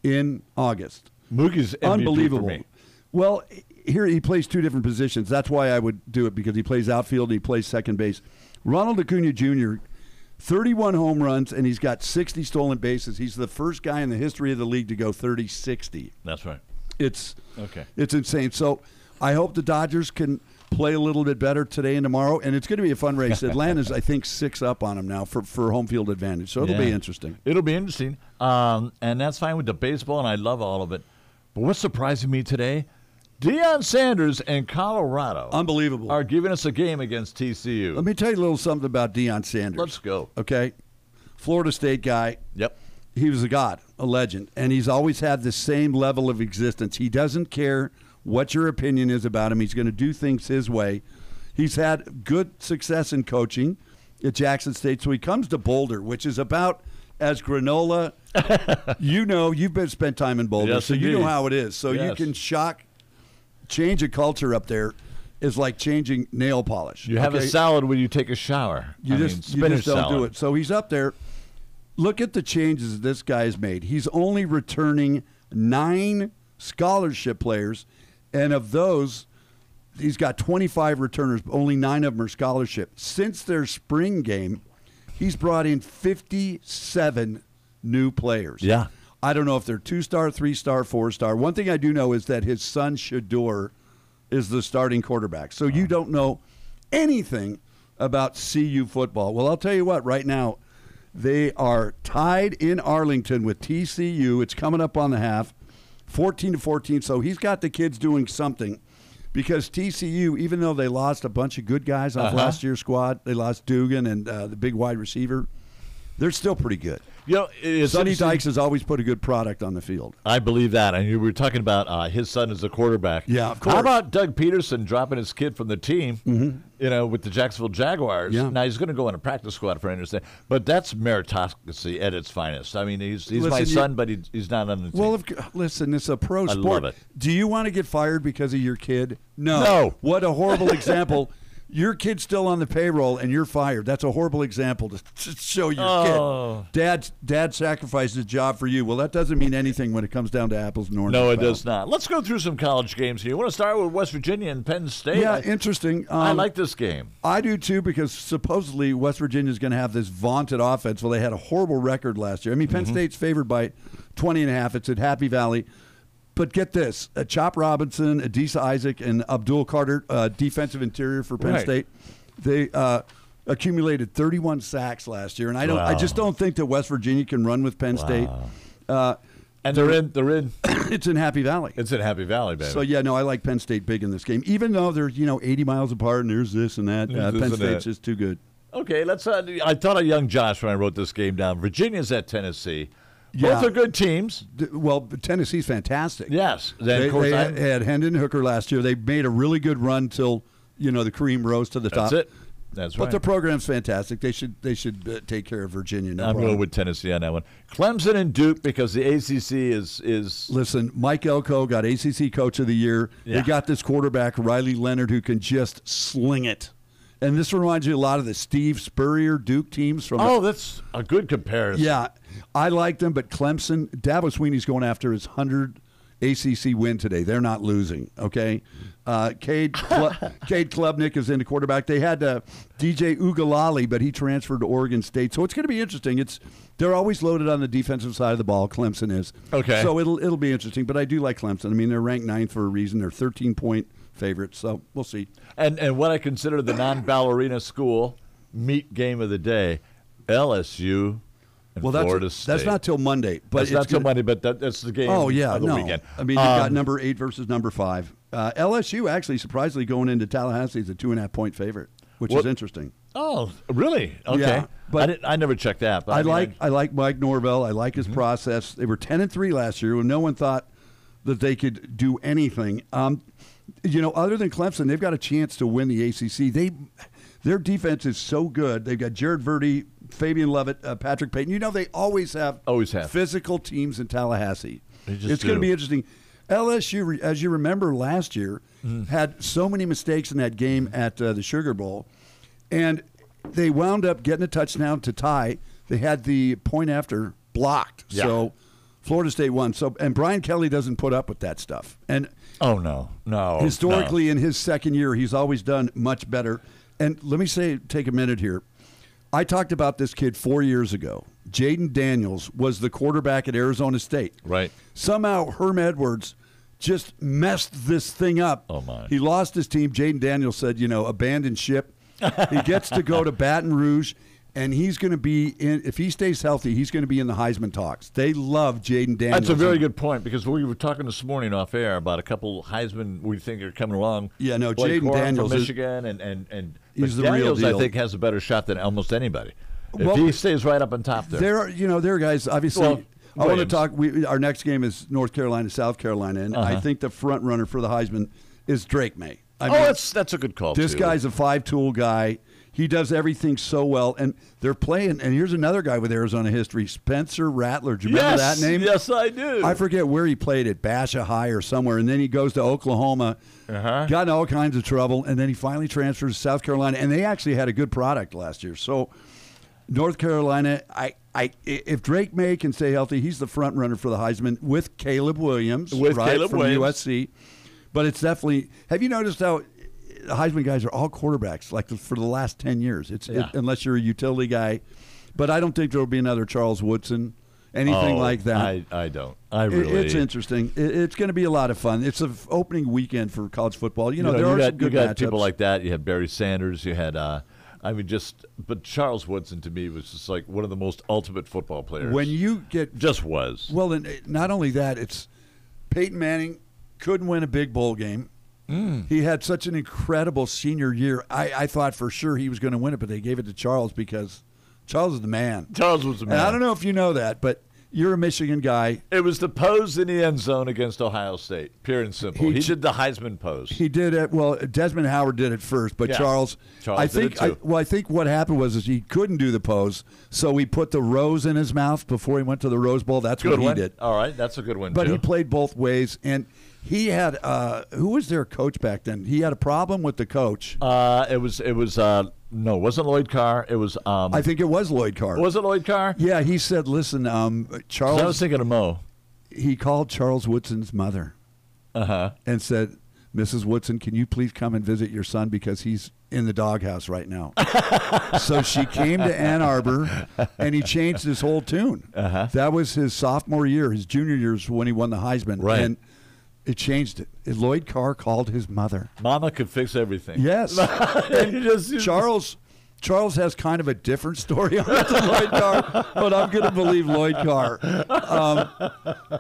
G: in August
F: Mookie's MVP
G: unbelievable.
F: For me.
G: Well, here he plays two different positions. That's why I would do it because he plays outfield and he plays second base. Ronald Acuna Jr. 31 home runs and he's got 60 stolen bases. He's the first guy in the history of the league to go 30-60.
F: That's right.
G: It's
F: Okay.
G: It's insane. So I hope the Dodgers can play a little bit better today and tomorrow, and it's going to be a fun
F: [LAUGHS]
G: race. Atlanta's, I think, six up on them now for, for home field advantage, so it'll be
F: Yeah.
G: interesting.
F: It'll be interesting. Um, and that's fine with the baseball, and I love all of it. But what's surprising me today, Deion Sanders and Colorado
G: Unbelievable.
F: are giving us a game against TCU.
G: Let me tell you a little something about Deion Sanders.
F: Let's go.
G: Okay. Florida State guy.
F: Yep.
G: He was a god, a legend, and he's always had the same level of existence. He doesn't care what your opinion is about him. He's going to do things his way. He's had good success in coaching at Jackson State, so he comes to Boulder, which is about as
F: [LAUGHS]
G: granola. you know, you've been spent time in Boulder,
F: Yes,
G: so you know
F: indeed.
G: how it is. So you
F: Yes.
G: can shock, change a culture up there is like changing nail polish.
F: You have a
G: okay?
F: salad when you take a shower.
G: You
F: I
G: just
F: mean,
G: you
F: spinach
G: just don't do
F: salad.
G: it. So he's up there. Look at the changes this guy's made. He's only returning nine scholarship players, and of those, he's got 25 returners. but Only nine of them are scholarship. Since their spring game, he's brought in 57 new players.
F: Yeah.
G: I don't know if they're two star, three star, four star. One thing I do know is that his son Shador is the starting quarterback. So you don't know anything about CU football. Well, I'll tell you what, right now, they are tied in Arlington with TCU. It's coming up on the half, 14 to 14. So he's got the kids doing something because TCU, even though they lost a bunch of good guys off last year's squad, they lost Dugan and uh, the big wide receiver, they're still pretty good.
F: You know, it- it's
G: Sonny
F: interesting-
G: Dykes has always put a good product on the field.
F: I believe that. And you were talking about uh, his son is a quarterback.
G: Yeah, of
F: How
G: course. Mm-hmm.
F: about Doug Peterson dropping his kid from the team, you know, with the Jacksonville Jaguars?
G: Yeah.
F: Now he's going to go on a practice squad for understand. But that's meritocracy at its finest. I mean, he's, he's my
G: Listen, you-
F: son, but he, he's not on the team.
G: Well, if, listen, it's a pro
F: I
G: sport.
F: love it.
G: Do you want to get fired because of your kid? No.
F: No.
G: What a
F: [LAUGHS]
G: horrible example. Your kid's still on the payroll and you're fired. That's a horrible example to, to show your
F: Oh.
G: kid. Dad, dad sacrificed his job for you. Well, that doesn't mean anything when it comes down to apples and oranges.
F: no, it
G: pal.
F: does not. Let's go through some college games here. You want to start with West Virginia and Penn State?
G: Yeah,
F: I,
G: interesting. Um,
F: I like this game.
G: I do too because supposedly West Virginia's going to have this vaunted offense. Well, they had a horrible record last year. I mean, Penn
F: Mm-hmm.
G: State's favored by 20 and a half. It's at Happy Valley. But get this uh, Chop Robinson, Adisa Isaac, and Abdul Carter, uh, defensive interior for Penn
F: Right.
G: State. They uh, accumulated 31 sacks last year. And I, don't, I just don't think that West Virginia can run with Penn State. Uh,
F: And they're in. They're in.
G: [CLEARS THROAT] it's in Happy Valley.
F: It's in Happy Valley, baby.
G: So yeah, no, I like Penn State big in this game, even though they're you know 80 miles apart and there's this and that.
F: There's
G: Uh,
F: this
G: Penn
F: and
G: State's
F: that.
G: just too good.
F: Okay, let's. Uh, I thought of young Josh when I wrote this game down. Virginia's at Tennessee.
G: Yeah.
F: Both are good teams.
G: D- Well, Tennessee's fantastic.
F: Yes. Then
G: they,
F: of course
G: they
F: I'm-
G: had Hendon Hooker last year. They made a really good run till you know the cream rose to the top.
F: That's it. That's
G: But
F: right.
G: the program's fantastic. They should they should uh, take care of Virginia. No
F: I'm
G: problem.
F: going with Tennessee on that one. Clemson and Duke because the ACC is is
G: Listen, Mike Elko got ACC Coach of the Year.
F: Yeah.
G: They got this quarterback Riley Leonard who can just sling it. And this reminds you a lot of the Steve Spurrier Duke teams from
F: oh, that's a good comparison.
G: Yeah, I like them, but Clemson, Dabo Sweeney's going after his 100 ACC win today. They're not losing, okay? Uh, Cade,
F: [LAUGHS]
G: Kle- Cade Klubnik is in the quarterback. They had uh, DJ Ugalali, but he transferred to Oregon State. So it's going to be interesting. It's They're always loaded on the defensive side of the ball, Clemson is.
F: Okay.
G: So it'll, it'll be interesting, but I do like Clemson. I mean, they're ranked ninth for a reason. They're 13 point favorites, so we'll see.
F: And and what I consider the non ballerina school meet game of the day, LSU and
G: Well, that's,
F: Florida State.
G: that's not till Monday. But
F: That's
G: it's
F: not till
G: gonna-
F: Monday, but that, that's the game.
G: Oh yeah,
F: of the
G: no.
F: weekend. Um,
G: I mean, you've got number eight versus number five. Uh, LSU actually surprisingly going into Tallahassee is a two and a half point favorite, which is
F: What-
G: interesting.
F: Oh, really? Okay.
G: Yeah,
F: I,
G: but-
F: didn't, I never checked that. But
G: I
F: mean, Mm-hmm.
G: like I like Mike Norvell. I like his process. They were ten and three last year when no one thought that they could do anything. Um, you know, other than Clemson, they've got a chance to win the ACC. They their defense is so good. They've got Jared Verdi, Fabian Lovett, uh, Patrick Payton. You know, they always have
F: Always have.
G: physical teams in Tallahassee.
F: They just
G: it's going to
F: do.
G: be interesting. LSU, re- as you remember last year,
F: Mm-hmm.
G: had so many mistakes in that game at uh, the Sugar Bowl, and they wound up getting a touchdown to tie. They had the point after blocked,
F: Yeah.
G: so Florida State won. So, and Brian Kelly doesn't put up with that stuff. And
F: Oh no, no. no.
G: historically in his second year he's always done much better and let me say take a minute here i talked about this kid four years ago jaden daniels was the quarterback at arizona state
F: Right.
G: somehow herm edwards just messed this thing up
F: Oh, my.
G: he lost his team jaden daniels said you know abandon ship he gets to
F: [LAUGHS]
G: go to baton rouge and he's going to be in if he stays healthy he's going to be in the heisman talks they love jaden daniels
F: That's a very good point because we were talking this morning off air about a couple Heisman we think are coming along.
G: Yeah, no,
F: Blake
G: Jaden
F: Corum
G: Daniels
F: from
G: is-
F: Michigan, and and and
G: He's the
F: but
G: real
F: Daniels, I
G: deal.
F: think, has a better shot than almost anybody. If
G: Well,
F: he stays right up on top there,
G: There are, you know, there are guys. Obviously,
F: Well,
G: I want to
F: Williams.
G: talk. We, our next game is North Carolina, South Carolina, and I think the front runner for the Heisman is Drake May. I
F: Uh-huh. oh, that's that's a good call.
G: this
F: too.
G: guy's a five-tool guy. He does everything so well, and they're playing. And here's another guy with Arizona history, Spencer Rattler. Do you remember
F: yes,
G: that name?
F: Yes, I do.
G: I forget where he played at Basha High or somewhere, and then he goes to Oklahoma,
F: Uh-huh.
G: got in all kinds of trouble, and then he finally transfers to South Carolina, and they actually had a good product last year. So, North Carolina, I I i- if Drake May can stay healthy, he's the front runner for the Heisman with Caleb Williams,
F: With
G: right,
F: Caleb
G: from
F: Williams.
G: USC. But it's definitely. Have you noticed how the Heisman guys are all quarterbacks? Like for the last ten years, it's
F: Yeah.
G: it, unless you're a utility guy. But I don't think there will be another Charles Woodson, anything
F: Oh,
G: like that.
F: I, I don't. I
G: It-
F: really.
G: it's interesting. It, it's going to be a lot of fun. It's an opening weekend for college football. You know,
F: You know,
G: there
F: you
G: are
F: got,
G: some good
F: you got people
G: matchups.
F: like that. You had Barry Sanders. You had, uh, I mean, just but Charles Woodson to me was just like one of the most ultimate football players.
G: when you get
F: just was.
G: Well, and uh, not only that, it's Peyton Manning couldn't win a big bowl game.
F: Mm.
G: He had such an incredible senior year. I, I thought for sure he was going to win it, but they gave it to Charles because Charles is the man.
F: Charles was the
G: And I
F: man.
G: don't know if you know that, but you're a Michigan guy.
F: It was the pose in the end zone against Ohio State, pure and simple.
G: He
F: He,
G: ch-
F: did the Heisman pose.
G: He did it. Well, Desmond Howard did it first, but
F: Yeah.
G: Charles,
F: Charles
G: I
F: did it
G: think. I,
F: too.
G: well, I think what happened was is he couldn't do the pose, so he put the rose in his mouth before he went to the Rose Bowl. That's
F: good
G: what
F: one.
G: he did.
F: All right, that's a good one.
G: But
F: too.
G: he played both ways, and he had uh, who was their coach back then? He had a problem with the coach.
F: Uh, it was it was uh, no, it wasn't Lloyd Carr. It was um,
G: I think it was Lloyd Carr.
F: was it Lloyd Carr?
G: Yeah, he said, "Listen, um,
F: 'Cause
G: Charles."
F: I was thinking of Mo.
G: he called Charles Woodson's mother
F: Uh huh.
G: and said, "Mrs. Woodson, can you please come and visit your son because he's in the doghouse right now." so she came to Ann Arbor, and he changed his whole tune. Uh-huh. That was his sophomore year. His junior year is when he won the Heisman,
F: Right.
G: And it changed it. Lloyd Carr called his mother.
F: Mama could fix everything.
G: Yes.
F: [LAUGHS] You just- you-
G: Charles Charles has kind of a different story on it than Lloyd Carr, but I'm going to believe Lloyd Carr. Um,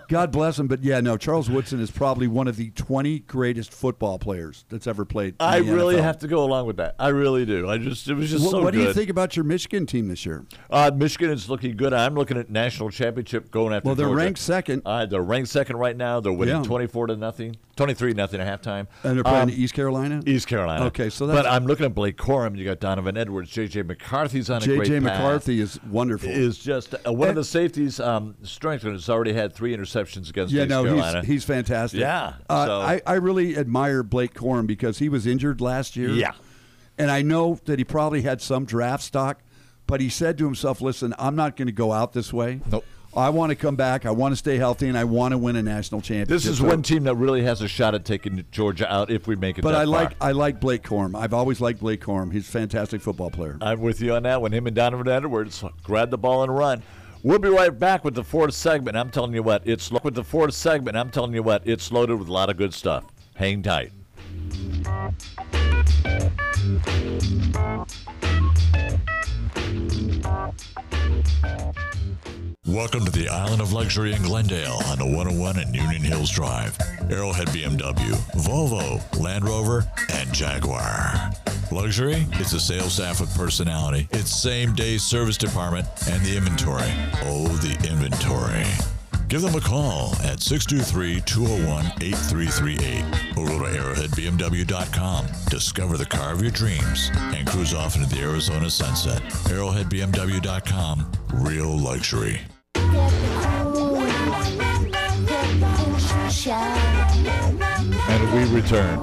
G: God bless him, but yeah, no, Charles Woodson is probably one of the 20 greatest football players that's ever played. in
F: I
G: the
F: really
G: NFL.
F: have to go along with that. I really do. I just it was just
G: What,
F: so
G: what do you
F: good.
G: think about your Michigan team this year?
F: Uh, Michigan is looking good. I'm looking at national championship going after.
G: Well, they're
F: Georgia.
G: ranked second.
F: Uh, they're ranked second right now. They're winning
G: Yeah.
F: 24 to nothing, 23 nothing at halftime.
G: And they're playing
F: Um,
G: East Carolina.
F: East Carolina.
G: Okay, so that's-
F: but I'm looking at Blake Corum. You got Donovan Edwards, J.J. McCarthy's on a great
G: J.J.
F: path.
G: McCarthy is wonderful.
F: is just uh, one of
G: And-
F: the safeties. Um, Strengthen has already had three interceptions against
G: yeah,
F: East
G: no,
F: Carolina.
G: he's he's fantastic.
F: Yeah,
G: uh,
F: so-
G: I I really admire Blake Corum because he was injured last year.
F: Yeah.
G: and I know that he probably had some draft stock, but he said to himself, "Listen, I'm not going to go out this way.
F: Nope.
G: I want to come back. I want to stay healthy, and I want to win a national championship."
F: this is
G: So-
F: one team that really has a shot at taking Georgia out if we make it.
G: But
F: that
G: I
F: far.
G: like I like Blake Corum. I've always liked Blake Corum. He's a fantastic football player.
F: I'm with you on that one. Him and Donovan Edwards grab the ball and run. We'll be right back with the fourth segment. I'm telling you what, it's lo- with the fourth segment. I'm telling you what, it's loaded with a lot of good stuff. Hang tight.
H: Welcome to the Island of Luxury in Glendale on the 101 at Union Hills Drive. Arrowhead BMW, Volvo, Land Rover, and Jaguar. Luxury is a sales staff with personality, its same day service department, and the inventory. Oh, the inventory. Give them a call at 623 201 8338 or go to arrowheadbmw.com. Discover the car of your dreams and cruise off into the Arizona sunset. Arrowheadbmw.com, real luxury.
F: And we return.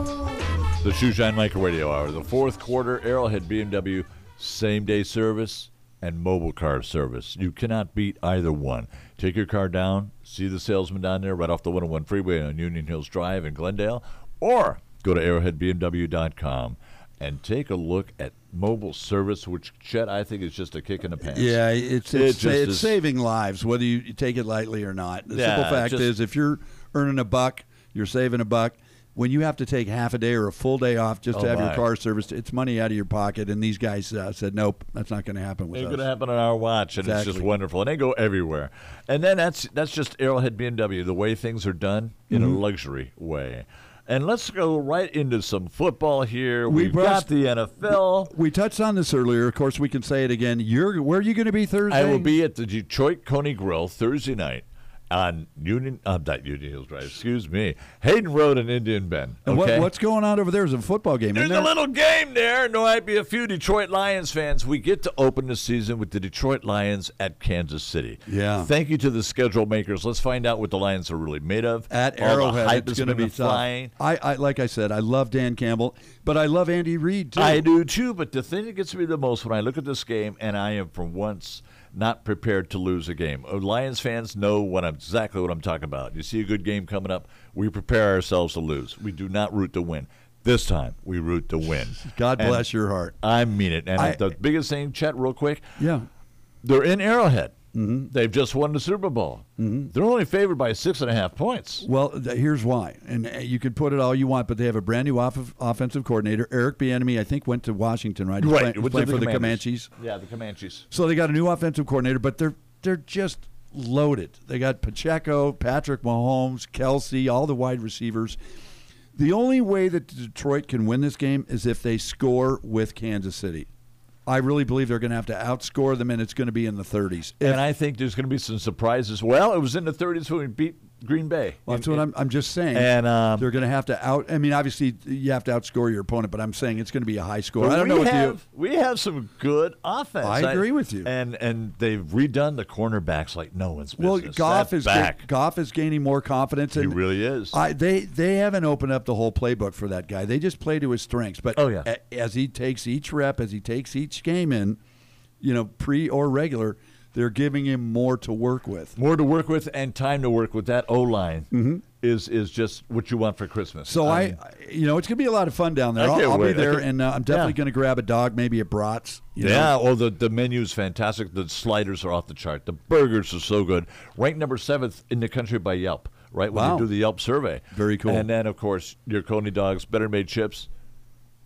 F: The Shoeshine Micro Radio Hour, the fourth quarter, Arrowhead BMW, same day service and mobile car service. You cannot beat either one. Take your car down, see the salesman down there right off the 101 freeway on Union Hills Drive in Glendale, or go to arrowheadbmw.com and take a look at mobile service, which, Chet, I think is just a kick in the pants.
G: Yeah, it's it's,
F: It just
G: it's
F: is-
G: saving lives, whether you, you take it lightly or not. The
F: Yeah,
G: simple fact
F: just-
G: is, if you're earning a buck, you're saving a buck. When you have to take half a day or a full day off just
F: Oh,
G: to have
F: my.
G: your car serviced, it's money out of your pocket. And these guys uh, said, "Nope, that's not going to happen with
F: It's
G: us."
F: going to happen on our watch, and it's just
G: Exactly.
F: wonderful. And they go everywhere. And then that's that's just Arrowhead BMW, the way things are done in
G: Mm-hmm.
F: a luxury way. And let's go right into some football here.
G: We
F: We've got
G: brushed-
F: the NFL.
G: We touched on this earlier. Of course, we can say it again. You're where are you going to be Thursday?
F: I will be at the Detroit Coney Grill Thursday night on Union, uh, not Union Hills Drive, excuse me, Hayden Road in Indian Bend.
G: And what,
F: okay?
G: what's going on over there? Is a football game?
F: There's
G: isn't
F: a
G: there?
F: little game there, and there might be a few Detroit Lions fans. We get to open the season with the Detroit Lions at Kansas City.
G: Yeah.
F: Thank you to the schedule makers. Let's find out what the Lions are really made of.
G: at
F: All the hype
G: Arrowhead.
F: has
G: It's going to
F: been
G: be tough.
F: flying.
G: I, I like I said, I love Dan Campbell, but I love Andy Reid too.
F: I do too, but the thing that gets me the most when I look at this game, and I am for once not prepared to lose a game. Oh, Lions fans know what I'm, exactly what I'm talking about. You see a good game coming up, we prepare ourselves to lose. We do not root to win. This time, we root to win.
G: God
F: And
G: bless your heart.
F: I mean it. And
G: I-
F: the biggest thing, Chet, real quick,
G: Yeah. Mm-hmm.
F: they're in Arrowhead. They've just won the Super Bowl. They're only favored by six and a half points.
G: Well, th- here's why, and uh, you could put it all you want, but they have a brand new off- offensive coordinator, Eric Bieniemy. I think went to Washington, right? He's play- he's
F: with
G: playing for the Comanches.
F: Yeah, the Comanches.
G: So they got a new offensive coordinator, but they're they're just loaded. They got Pacheco, Patrick Mahomes, Kelsey, all the wide receivers. The only way that Detroit can win this game is if they score with Kansas City. I really believe they're going to have to outscore them, and it's going to be in the 30s. If-
F: and I think there's going to be some surprises. Well, it was in the 30s when we beat Green Bay.
G: Well, that's what I'm, I'm just saying.
F: and, um,
G: they're going to have to out. I mean, obviously, you have to outscore your opponent, but I'm saying it's going to be a high score.
F: But
G: I don't
F: we
G: know what
F: have,
G: you.
F: We have some good offense.
G: I agree with you.
F: And and they've redone the cornerbacks like no one's
G: Well,
F: business.
G: Goff
F: That
G: is
F: back.
G: Goff is gaining more confidence.
F: He
G: And
F: really is.
G: I, they they haven't opened up the whole playbook for that guy. They just play to his strengths. But
F: Oh, yeah.
G: a- as he takes each rep, as he takes each game in, you know, pre or regular, they're giving him more to work with.
F: More to work with and time to work with. That O line is is just what you want for Christmas.
G: Mm-hmm. So I,
F: mean,
G: I- you know, it's going to be a lot of fun down there.
F: Um, I
G: I'll,
F: can't
G: I'll be
F: wait. I
G: there,
F: can't-
G: and uh, I'm definitely
F: Yeah.
G: going to grab a dog, maybe a Bratz. You know?
F: yeah, oh, the, the menu's fantastic. The sliders are off the chart. The burgers are so good. Ranked number seventh in the country by Yelp, right? When
G: Wow.
F: you do the Yelp survey.
G: Very cool.
F: And then, of course, your Coney dogs, better made chips,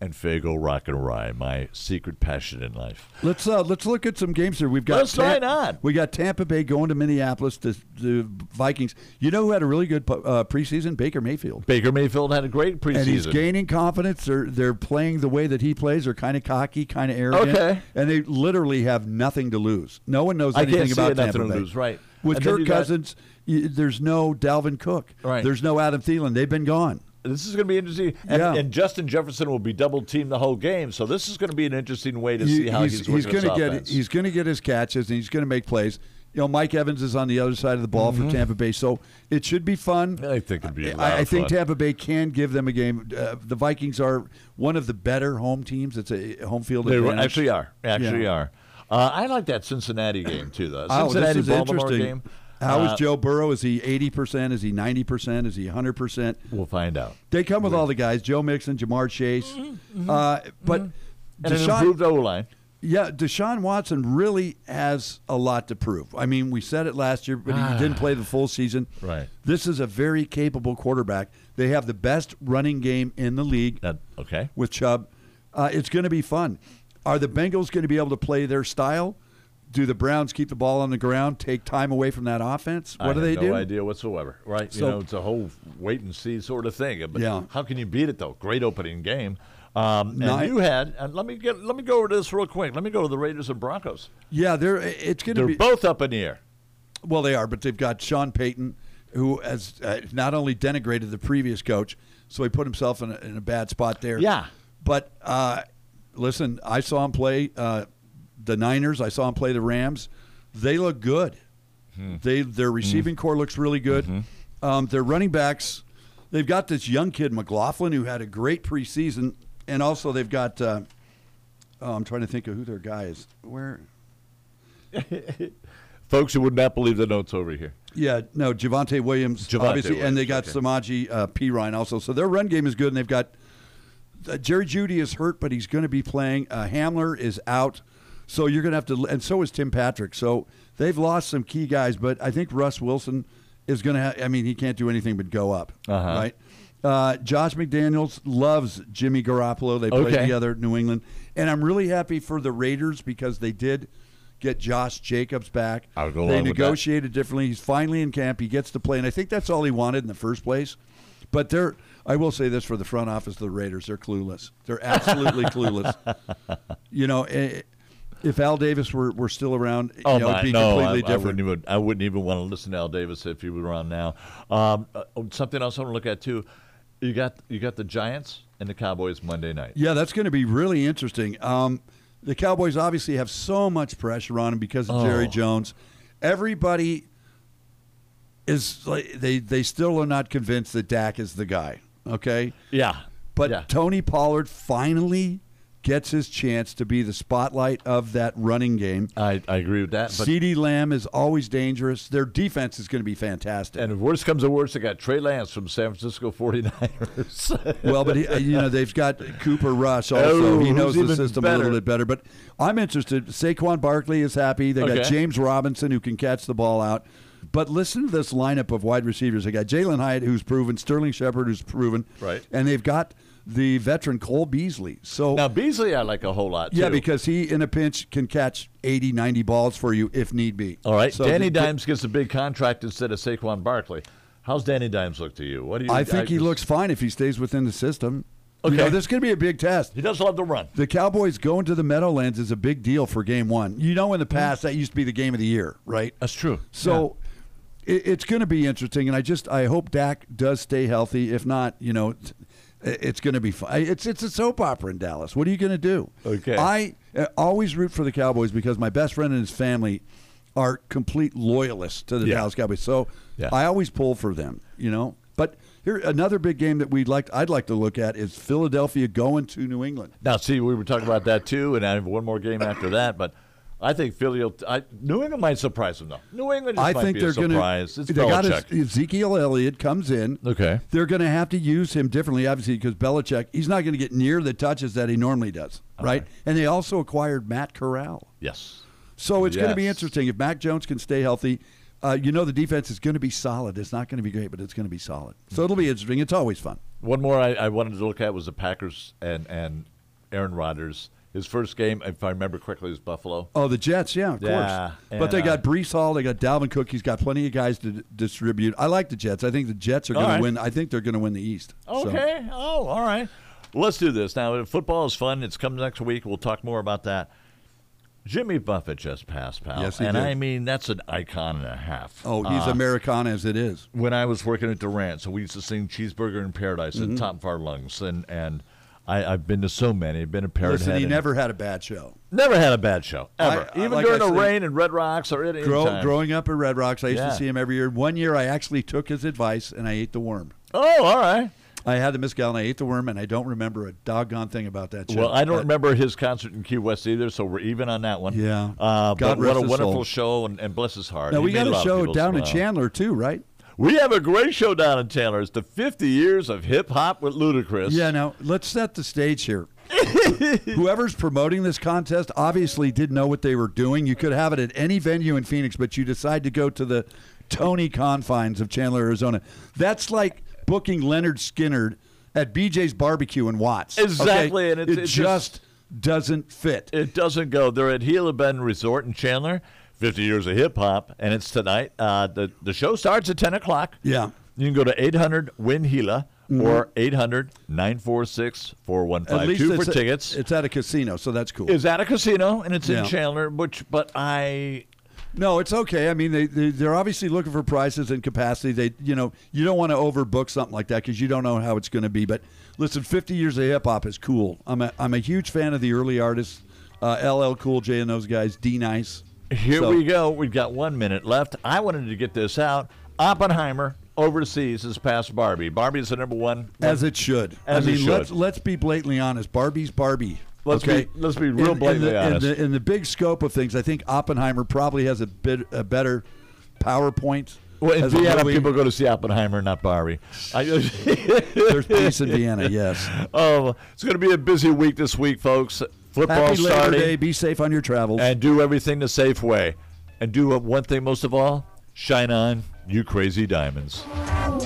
F: and Fago Rock and Rye, my secret passion in life.
G: Let's uh, let's look at some games here. We've got
F: Let's try it on.
G: We got Tampa Bay going to Minneapolis. The, the Vikings. You know who had a really good uh, preseason? Baker Mayfield.
F: Baker Mayfield had a great preseason.
G: And he's gaining confidence. They're they're playing the way that he plays. They're kind of cocky, kind of arrogant.
F: Okay.
G: And they literally have nothing to lose. No one knows
F: I
G: anything
F: can't see
G: about
F: it, nothing
G: Tampa
F: to
G: Bay.
F: lose, right.
G: With
F: And then
G: Kirk
F: you got-
G: Cousins, y there's no Dalvin Cook.
F: Right.
G: There's no Adam Thielen. They've been gone.
F: This is going to be interesting. And,
G: Yeah.
F: and Justin Jefferson will be double teamed the whole game. So this is going to be an interesting way to see
G: He-
F: how he's, working
G: gonna
F: his
G: get
F: offense.
G: he's going to get his catches and he's going to make plays. You know, Mike Evans is on the other side of the ball for Tampa Bay, so it should be fun.
F: I think it'd Mm-hmm. be a lot
G: I, I
F: of
G: think
F: fun.
G: Tampa Bay can give them a game. Uh, the Vikings are one of the better home teams. It's a home field
F: They were,
G: advantage.
F: actually are. Actually
G: Yeah.
F: are. Uh, I like that Cincinnati game too, though.
G: Oh, this
F: Cincinnati
G: is
F: Baltimore
G: interesting.
F: game.
G: How is
F: Uh,
G: Joe Burrow? Is he eighty percent? Is he ninety percent? Is he hundred percent?
F: We'll find out.
G: They come with all the guys: Joe Mixon, Jamar Chase, uh, but.
F: Mm-hmm. And an
G: Deshaun-
F: improved O line.
G: Yeah, Deshaun Watson really has a lot to prove. I mean, we said it last year, but he didn't play the full season.
F: Ah. Right.
G: This is a very capable quarterback. They have the best running game in the league
F: That okay.
G: with Chubb. Uh, it's going to be fun. Are the Bengals going to be able to play their style? Do the Browns keep the ball on the ground, take time away from that offense? What
F: I
G: do
F: have
G: they
F: no
G: do?
F: idea whatsoever. Right.
G: So-
F: you know, it's a whole wait and see sort of thing. But
G: Yeah.
F: how can you beat it though? Great opening game. Um, and
G: Nine-
F: you had and let me get let me go over this real quick. Let me go to the Raiders and Broncos.
G: Yeah, they're it's going to
F: They're
G: be
F: both up in the air.
G: Well, they are, but they've got Sean Payton, who has uh, not only denigrated the previous coach, so he put himself in a, in a bad spot there.
F: Yeah.
G: But uh, listen, I saw him play uh, the Niners. I saw him play the Rams. They look good. They their receiving core looks really good. Um, their running backs, they've got this young kid McLaughlin who had a great preseason, and also they've got. Uh, oh, I'm trying to think of who their guy is. Where
F: Folks, you would not believe the notes over here.
G: Yeah, no, Javante Williams,
F: Javonte
G: obviously, and they got
F: Williams,
G: Samaji uh, P. Ryan also. So their run game is good, and they've got uh, Jerry Judy is hurt, but he's going to be playing. Uh, Hamler is out, so you're going to have to, and so is Tim Patrick. So they've lost some key guys, but I think Russ Wilson is going to. Ha- I mean, he can't do anything but go up,
F: Uh-huh.
G: right? Uh, Josh McDaniels loves Jimmy Garoppolo. They play
F: Okay.
G: together at New England, and I'm really happy for the Raiders because they did get Josh Jacobs back.
F: I'll go
G: they
F: along with that.
G: negotiated negotiated differently. He's finally in camp. He gets to play, and I think that's all he wanted in the first place. But they're, I will say this for the front office of the Raiders, they're clueless. They're
F: [LAUGHS]
G: absolutely clueless. You know, eh, if Al Davis were, were still around, you
F: Oh
G: know,
F: my,
G: it'd be
F: no, I,
G: completely
F: I
G: different.
F: wouldn't even. I wouldn't even want to listen to Al Davis if he were around now. Um, uh, oh, something else I want to look at too. You got you got the Giants and the Cowboys Monday night.
G: Yeah, that's going to be really interesting. Um, the Cowboys obviously have so much pressure on them because of
F: Oh.
G: Jerry Jones. Everybody is like they they still are not convinced that Dak is the guy. Okay.
F: Yeah,
G: But
F: yeah.
G: Tony Pollard finally gets his chance to be the spotlight of that running game.
F: I, I agree with that. But
G: CD Lamb is always dangerous. Their defense is going to be fantastic.
F: and if worse comes to worse, they got Trey Lance from San Francisco 49ers.
G: well, but he, uh, you know they've got Cooper Rush also.
F: Oh,
G: he knows
F: who's
G: the
F: even
G: system a
F: better.
G: little bit better. But I'm interested. Saquon Barkley is happy. They got
F: Okay.
G: James Robinson who can catch the ball out. But listen to this lineup of wide receivers. They got Jalen Hyatt who's proven, Sterling Shepard who's proven,
F: Right.
G: And they've got the veteran Cole Beasley. So
F: [LAUGHS] now, Beasley, I like a whole lot.
G: yeah,
F: too.
G: because he in a pinch can catch 80, 90 balls for you if need be.
F: All right,
G: So
F: Danny
G: the-
F: Dimes gets a big contract instead of Saquon Barkley. How's Danny Dimes look to you? What do you?
G: I think he
F: just-
G: looks fine if he stays within the system. You
F: Okay.
G: know, this could be a big test.
F: He does love to run.
G: The Cowboys going to the Meadowlands is a big deal for game one. You know, in
F: Mm-hmm.
G: the past, that used to be the game of the year, right?
F: That's true.
G: So it, it's going to be interesting. And I just, I hope Dak does stay healthy. If not, you know, t- it- it's going to be fun. It's, it's a soap opera in Dallas. What are you going to do?
F: Okay.
G: I uh, always root for the Cowboys because my best friend and his family are complete loyalists to the
F: Yeah.
G: Dallas Cowboys. So
F: Yeah.
G: I always pull for them, you know. But here another big game that we'd like I'd like to look at is Philadelphia going to New England.
F: Now, see, we were talking about that too, and I have one more game after that. But I think Philly, will, I, New England might surprise them though. New England, just
G: I
F: might
G: think
F: be
G: they're
F: a
G: going to.
F: surprise.
G: They
F: it's Belichick.
G: got Ezekiel Elliott comes in.
F: Okay.
G: They're going to have to use him differently, obviously, because Belichick he's not going to get near the touches that he normally does, right? And they also acquired Matt Corral,
F: yes.
G: so it's going to be
F: Yes.
G: interesting if Mac Jones can stay healthy. Uh, you know the defense is going to be solid. It's not going to be great, but it's going to be solid. So it'll be interesting. It's always fun.
F: One more I, I wanted to look at was the Packers and and Aaron Rodgers. His first game, if I remember correctly, was Buffalo.
G: Oh, the Jets, yeah, of
F: Yeah,
G: course. But they
F: and, uh,
G: got Brees Hall, they got Dalvin Cook. He's got plenty of guys to d- distribute. I like the Jets. I think the Jets are
F: All
G: going
F: right.
G: to win. I think they're going to win the East. So-
F: Okay. Oh, all right. Let's do this. Now, football is fun. It's coming next week. We'll talk more about that. Jimmy Buffett just passed, pal.
G: Yes, he
F: and
G: did.
F: I mean, that's an icon and a half. Uh,
G: Oh, he's Americana as it is.
F: When I was working at Durant, so we used to sing Cheeseburger in Paradise
G: Mm-hmm.
F: at top of our lungs. And, and I, I've been to so many. I've been to Parrot
G: Listen,
F: Head
G: he
F: and-
G: never had a bad show.
F: never had a bad show,
G: I-
F: ever.
G: I-
F: Even
G: like
F: during
G: I
F: the
G: said,
F: rain and Red Rocks or at any
G: Grow,
F: time.
G: growing up at Red Rocks, I used
F: Yeah.
G: to see him every year. One year, I actually took his advice and I ate the worm.
F: Oh, all right.
G: I had the miscal and I ate the worm, and I don't remember a doggone thing about that show. Uh,
F: Well, I don't
G: But-
F: remember his concert in Key West either, so we're even on that one.
G: Yeah.
F: Uh,
G: God rest
F: but what a
G: his
F: wonderful
G: soul.
F: show, and, and bless his heart.
G: Now
F: He
G: we got
F: made
G: a
F: lot of
G: show
F: people
G: down in
F: smile.
G: Chandler too, right?
F: We have a great show down in Chandler. It's the 50 years of hip hop with Ludacris.
G: Yeah. Now let's set the stage
F: [LAUGHS]
G: here. Whoever's promoting this contest obviously didn't know what they were doing. You could have it at any venue in Phoenix, but you decide to go to the Tony confines of Chandler, Arizona. That's like booking Leonard Skinner at BJ's Barbecue in Watts. okay?
F: Exactly, and it-
G: it,
F: it
G: just doesn't fit.
F: It doesn't go. They're at Gila Bend Resort in Chandler. 50 years of hip hop, and it's tonight. Uh, the the show starts at 10 o'clock.
G: Yeah. Mm-hmm.
F: You can go to 800 Win Gila or 800 946 4152 for
G: it's a-
F: tickets.
G: it's at a casino, so that's cool.
F: It's at a casino, and it's
G: Yeah.
F: in Chandler, which, but I.
G: No, it's okay. I mean, they, they they're obviously looking for prices and capacity. They, you know, you don't want to overbook something like that because you don't know how it's going to be. But listen, 50 years of hip hop is cool. I'm a I'm a huge fan of the early artists, uh, LL Cool J and those guys, D Nice.
F: Here
G: So-
F: we go. We've got one minute left. I wanted to get this out. Oppenheimer overseas has passed Barbie. Barbie is the number one.
G: As it should.
F: As
G: I
F: it
G: mean,
F: should.
G: let's let's be blatantly honest. Barbie's Barbie.
F: Let's
G: okay?
F: be- let's be real blatantly
G: in the,
F: honest.
G: In the, in the big scope of things, I think Oppenheimer probably has a bit a better PowerPoint.
F: Well, in
G: as a
F: Vienna,
G: movie.
F: people go to see Oppenheimer, not Barbie.
G: [LAUGHS]
F: I- [LAUGHS]
G: There's peace in Vienna. Yes.
F: oh, it's going to be a busy week this week, folks. Football
G: Happy Labor
F: starting,
G: Day. Be safe on your travels.
F: and do everything the safe way, and do uh, one thing most of all: shine on, you crazy diamonds.
A: Get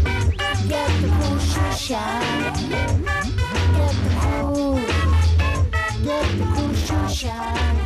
A: the cool shoe shine. Get the cool. Get the cool shoe shine.